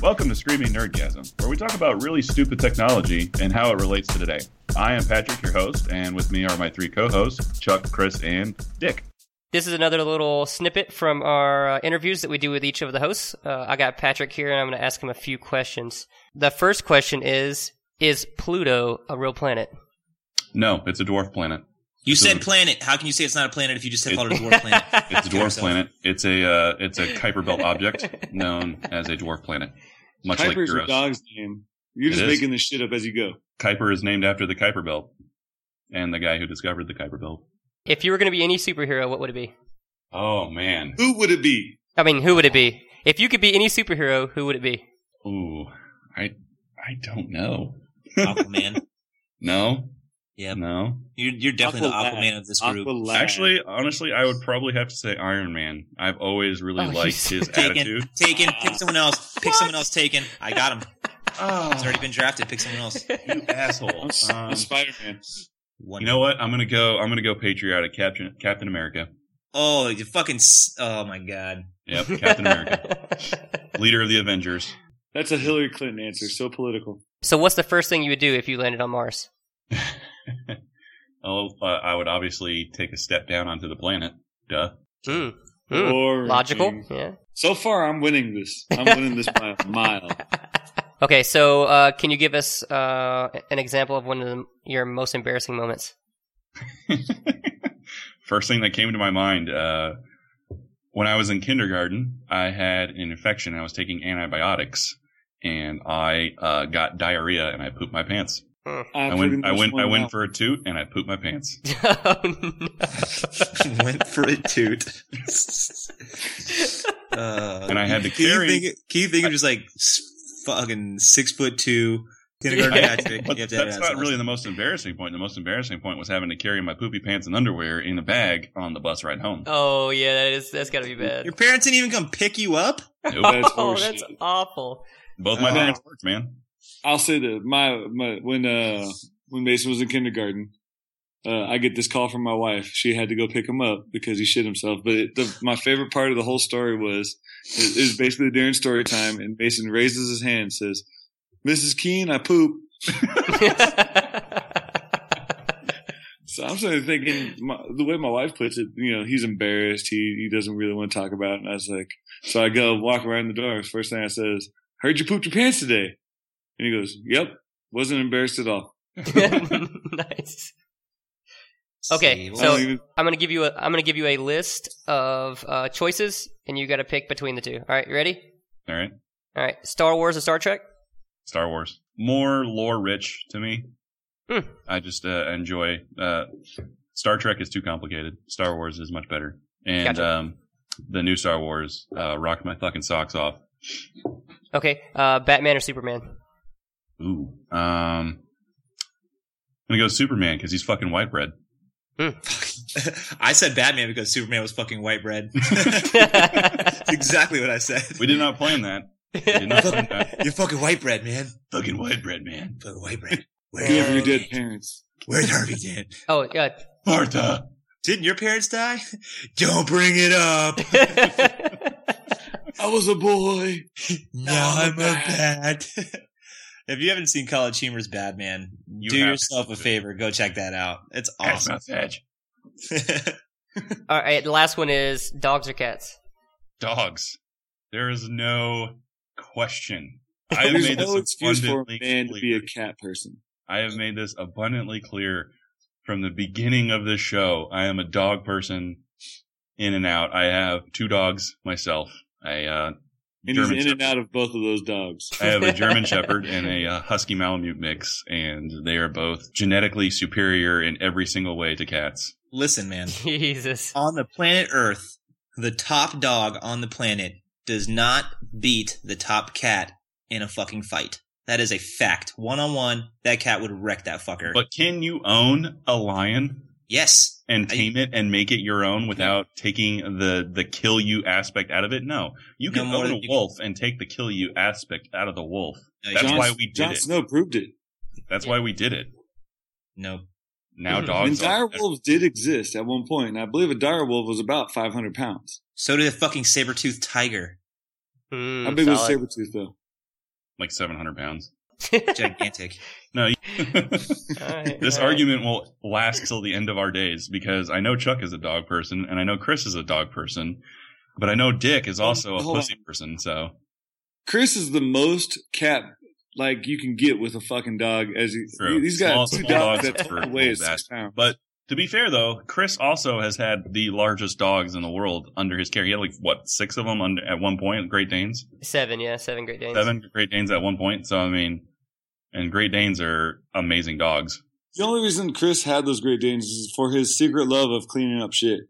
Welcome to Screaming Nerdgasm, where we talk about really stupid technology and how it relates to today. I am Patrick, your host, and with me are my three co hosts, Chuck, Chris, and Dick. This is another little snippet from our uh, interviews that we do with each of the hosts. Uh, I got Patrick here, and I'm going to ask him a few questions. The first question is Is Pluto a real planet? No, it's a dwarf planet. You So- said planet. How can you say it's not a planet if you just have It- called it a dwarf planet? It's a Kill dwarf yourself. planet. It's a uh, it's a Kuiper Belt object known as a dwarf planet, much like Kuiper's your Eros. dog's name. You're It just is. making this shit up as you go. Kuiper is named after the Kuiper Belt and the guy who discovered the Kuiper Belt. If you were going to be any superhero, what would it be? Oh man. Who would it be? I mean, who would it be? If you could be any superhero, who would it be? Ooh, I I don't know. Aquaman. No. Yep. No. You're, you're definitely Aqualad. the Aquaman of this group. Aqualad. Actually, honestly, I would probably have to say Iron Man. I've always really Oh, liked you his Taken. attitude. Taken. Pick someone else. Pick someone else. Taken. I got him. He's already been drafted. Pick someone else. You asshole. I'm, s- I'm Um, Spider-Man. One. you know what? I'm gonna go. I'm gonna go patriotic. Captain Captain America. Oh, you fucking. s- Oh my god. Yep. Captain America. Leader of the Avengers. That's a Hillary Clinton answer. So political. so, what's the first thing you would do if you landed on Mars? Oh, uh, I would obviously take a step down onto the planet. Duh. Hmm. Hmm. Boring. Logical? Yeah. So far, I'm winning this. I'm winning this by a mile. Okay, so uh, can you give us uh, an example of one of the, your most embarrassing moments? First thing that came to my mind uh, when I was in kindergarten, I had an infection. I was taking antibiotics, and I uh, got diarrhea, and I pooped my pants. I, I, pretty went. much I went. I won went that for a toot, and I pooped my pants. oh, no. Went for a toot. uh, And I had to can carry- You think, can you think of just like s- fucking six foot two kindergarten Yeah. Patrick? But You have to have that's that not size. really the most embarrassing point. The most embarrassing point was having to carry my poopy pants and underwear in a bag on the bus ride home. oh yeah, that is that's gotta be bad. Your parents didn't even come pick you up. Nope. That's oh, horseshit. that's awful. Both my Oh. Uh, parents worked, man. I'll say that my, my when uh when Mason was in kindergarten, uh, I get this call from my wife. She had to go pick him up because he shit himself. But it, the, my favorite part of the whole story was it, it was basically during story time, and Mason raises his hand and says, "Mrs. Keene, I poop." So I'm sort of thinking my, the way my wife puts it, you know, he's embarrassed. He he doesn't really want to talk about. It. And I was like, so I go walk around the door. First thing I says, "Heard you pooped your pants today," and he goes, "Yep." Wasn't embarrassed at all. nice. Okay, See, I don't so- even I'm gonna give you a I'm gonna give you a list of uh, choices, and you gotta pick between the two. All right, you ready? All right. All right, Star Wars or Star Trek? Star Wars. More lore rich to me. Hmm. I just uh, enjoy. Uh, Star Trek is too complicated. Star Wars is much better. And Gotcha. um, the new Star Wars uh, rocked my fucking socks off. Okay, uh, Batman or Superman? Ooh. Um, I'm gonna go Superman because he's fucking white bread. I said Batman because Superman was fucking white bread. That's exactly what I said. We did not plan that. did not plan that. You're fucking white bread, man. Fucking white bread, man. Fucking white bread. Where's give your Harvey dead Dent? parents. Where's Harvey Dent? oh yeah. Martha. Didn't your parents die? Don't bring it up. I was a boy. Now I'm I'm a bad. bad. if you haven't seen College Humor's Bad Man, You do have yourself to. a favor. Go check that out. It's awesome. Ass mouth edge. All right, the last one is dogs or cats? Dogs. There is no question. I have There's made this no excuse for a abundantly man to be clear. a cat person. I have made this abundantly clear from the beginning of this show. I am a dog person in and out. I have two dogs myself. I, uh, And German he's in Shepherd. and out of both of those dogs. I have a German Shepherd and a uh, Husky Malamute mix, and they are both genetically superior in every single way to cats. Listen, man. Jesus. On the planet Earth, the top dog on the planet does not beat the top cat in a fucking fight. That is a fact. One on one, that cat would wreck that fucker. But can you own a lion yes, and I- tame it and make it your own without taking the the kill you aspect out of it? No, you No can more own than a you can- wolf and take the kill you aspect out of the wolf. No, That's you- why we did Jon it. Snow proved it. That's why we did it. Nope. Now Mm-hmm. Mhm. dogs and dire are wolves did exist at one point, and I believe a dire wolf was about 500 pounds. So did a fucking saber toothed tiger. Mm, How big was a solid. saber tooth, though? like 700 pounds. Gigantic. No, All right, this all right. argument will last till the end of our days because I know Chuck is a dog person and I know Chris is a dog person, but I know Dick Oh, is also a Hold on. pussy person. So Chris is the most cat like you can get with a fucking dog. As he, True. he's got Small- two small dogs dogs that for weigh that. six pounds. But to be fair, though, Chris also has had the largest dogs in the world under his care. He had like what six of them under, at one point. Great Danes, Seven, yeah, seven Great Danes. seven Great Danes at one point. So I mean, and Great Danes are amazing dogs. the only reason Chris had those Great Danes is for his secret love of cleaning up shit.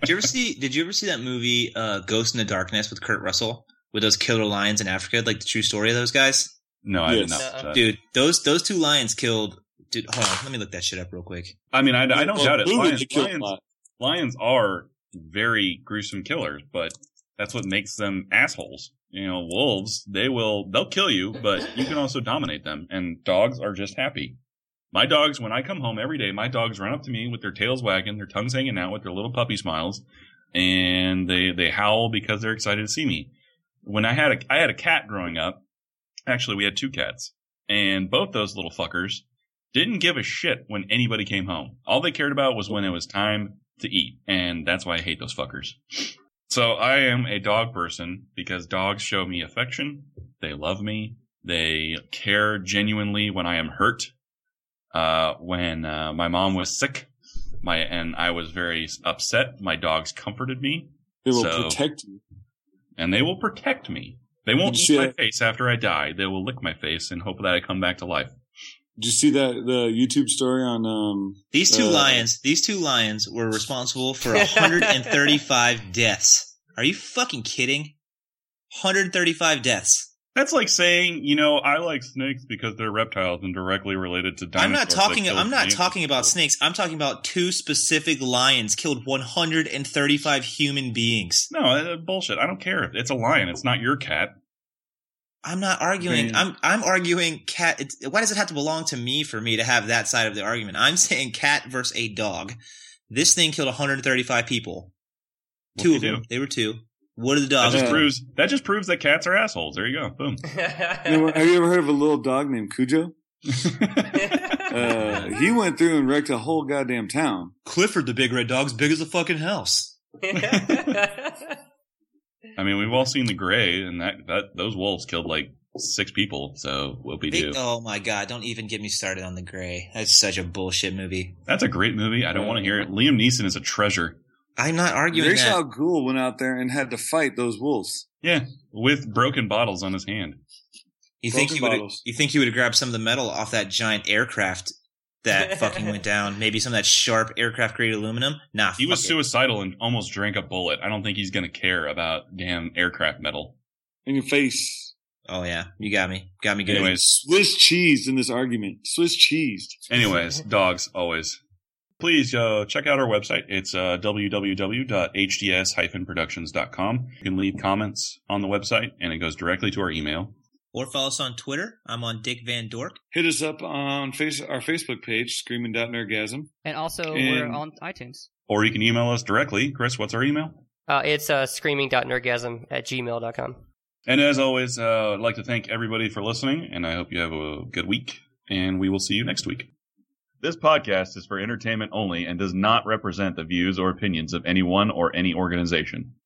Did you ever see? Did you ever see that movie uh, Ghost in the Darkness with Kurt Russell with those killer lions in Africa? Like the true story of those guys, No, I did Yes. not. watch that. dude. Those those two lions killed. Dude, hold on. Let me look that shit up real quick. I mean, I, I don't Well, doubt it. Boo Lions, is a kill lions, lot. lions are very gruesome killers, but that's what makes them assholes. You know, wolves they will they'll kill you, but you can also dominate them. And dogs are just happy. My dogs, when I come home every day, my dogs run up to me with their tails wagging, their tongues hanging out, with their little puppy smiles, and they they howl because they're excited to see me. When I had a I had a cat growing up, actually we had two cats, and both those little fuckers didn't give a shit when anybody came home. All they cared about was when it was time to eat, and that's why I hate those fuckers. So I am a dog person because dogs show me affection. They love me. They care genuinely when I am hurt. Uh, when uh, my mom was sick, my and I was very upset, my dogs comforted me, They will So- protect you. and they will protect me. They won't Did eat you my see face after I die. They will lick my face and hope that I come back to life. Did you see that the YouTube story on um These two Uh. lions, these two lions were responsible for 135 deaths. Are you fucking kidding? 135 deaths. That's like saying, you know, I like snakes because they're reptiles and directly related to dinosaurs. I'm not that talking killed I'm not snakes. talking about Oh. snakes. I'm talking about two specific lions killed 135 human beings. No, uh, bullshit. I don't care. It's a lion. It's not your cat. I'm not arguing. Hmm. Man. I'm I'm arguing cat it's, why does it have to belong to me for me to have that side of the argument? I'm saying cat versus a dog. This thing killed 135 people. What'd two they of them. do? They were two. What are the That dogs? just Uh. proves that just proves that cats are assholes. There you go. Boom. you know, have you ever heard of a little dog named Cujo? Uh, he went through and wrecked a whole goddamn town. Clifford the big red dog's big as a fucking house. I mean, we've all seen the gray, and that that those wolves killed like six people. So whoopie Big, do. oh my god, don't even get me started on The Gray. That's such a bullshit movie. That's a great movie. I don't want to hear it. Liam Neeson is a treasure I'm not arguing Ra's that. al Ghul went out there and had to fight those wolves. with broken bottles on his hand. You think he would broken bottles. you think he would have grabbed some of the metal off that giant aircraft that fucking went down? Maybe some of that sharp aircraft grade aluminum? Nah, He was fuck it. suicidal and almost drank a bullet. I don't think he's gonna care about damn aircraft metal. In your face. Oh yeah, you got me. Got me good. Anyways, Swiss cheese in this argument. Swiss cheese. Anyways, dogs always. Please uh, check out our website. It's uh, www.hds-productions.com. You can leave comments on the website, and it goes directly to our email. Or follow us on Twitter. I'm on Dick Van Dork. Hit us up on face our Facebook page, Screaming Nergasm. And also, we're And- on iTunes. Or you can email us directly. Chris, what's our email? uh, it's uh, screaming.nergasm at gmail.com. And as always, uh, I'd like to thank everybody for listening, and I hope you have a good week, and we will see you next week. This podcast is for entertainment only and does not represent the views or opinions of anyone or any organization.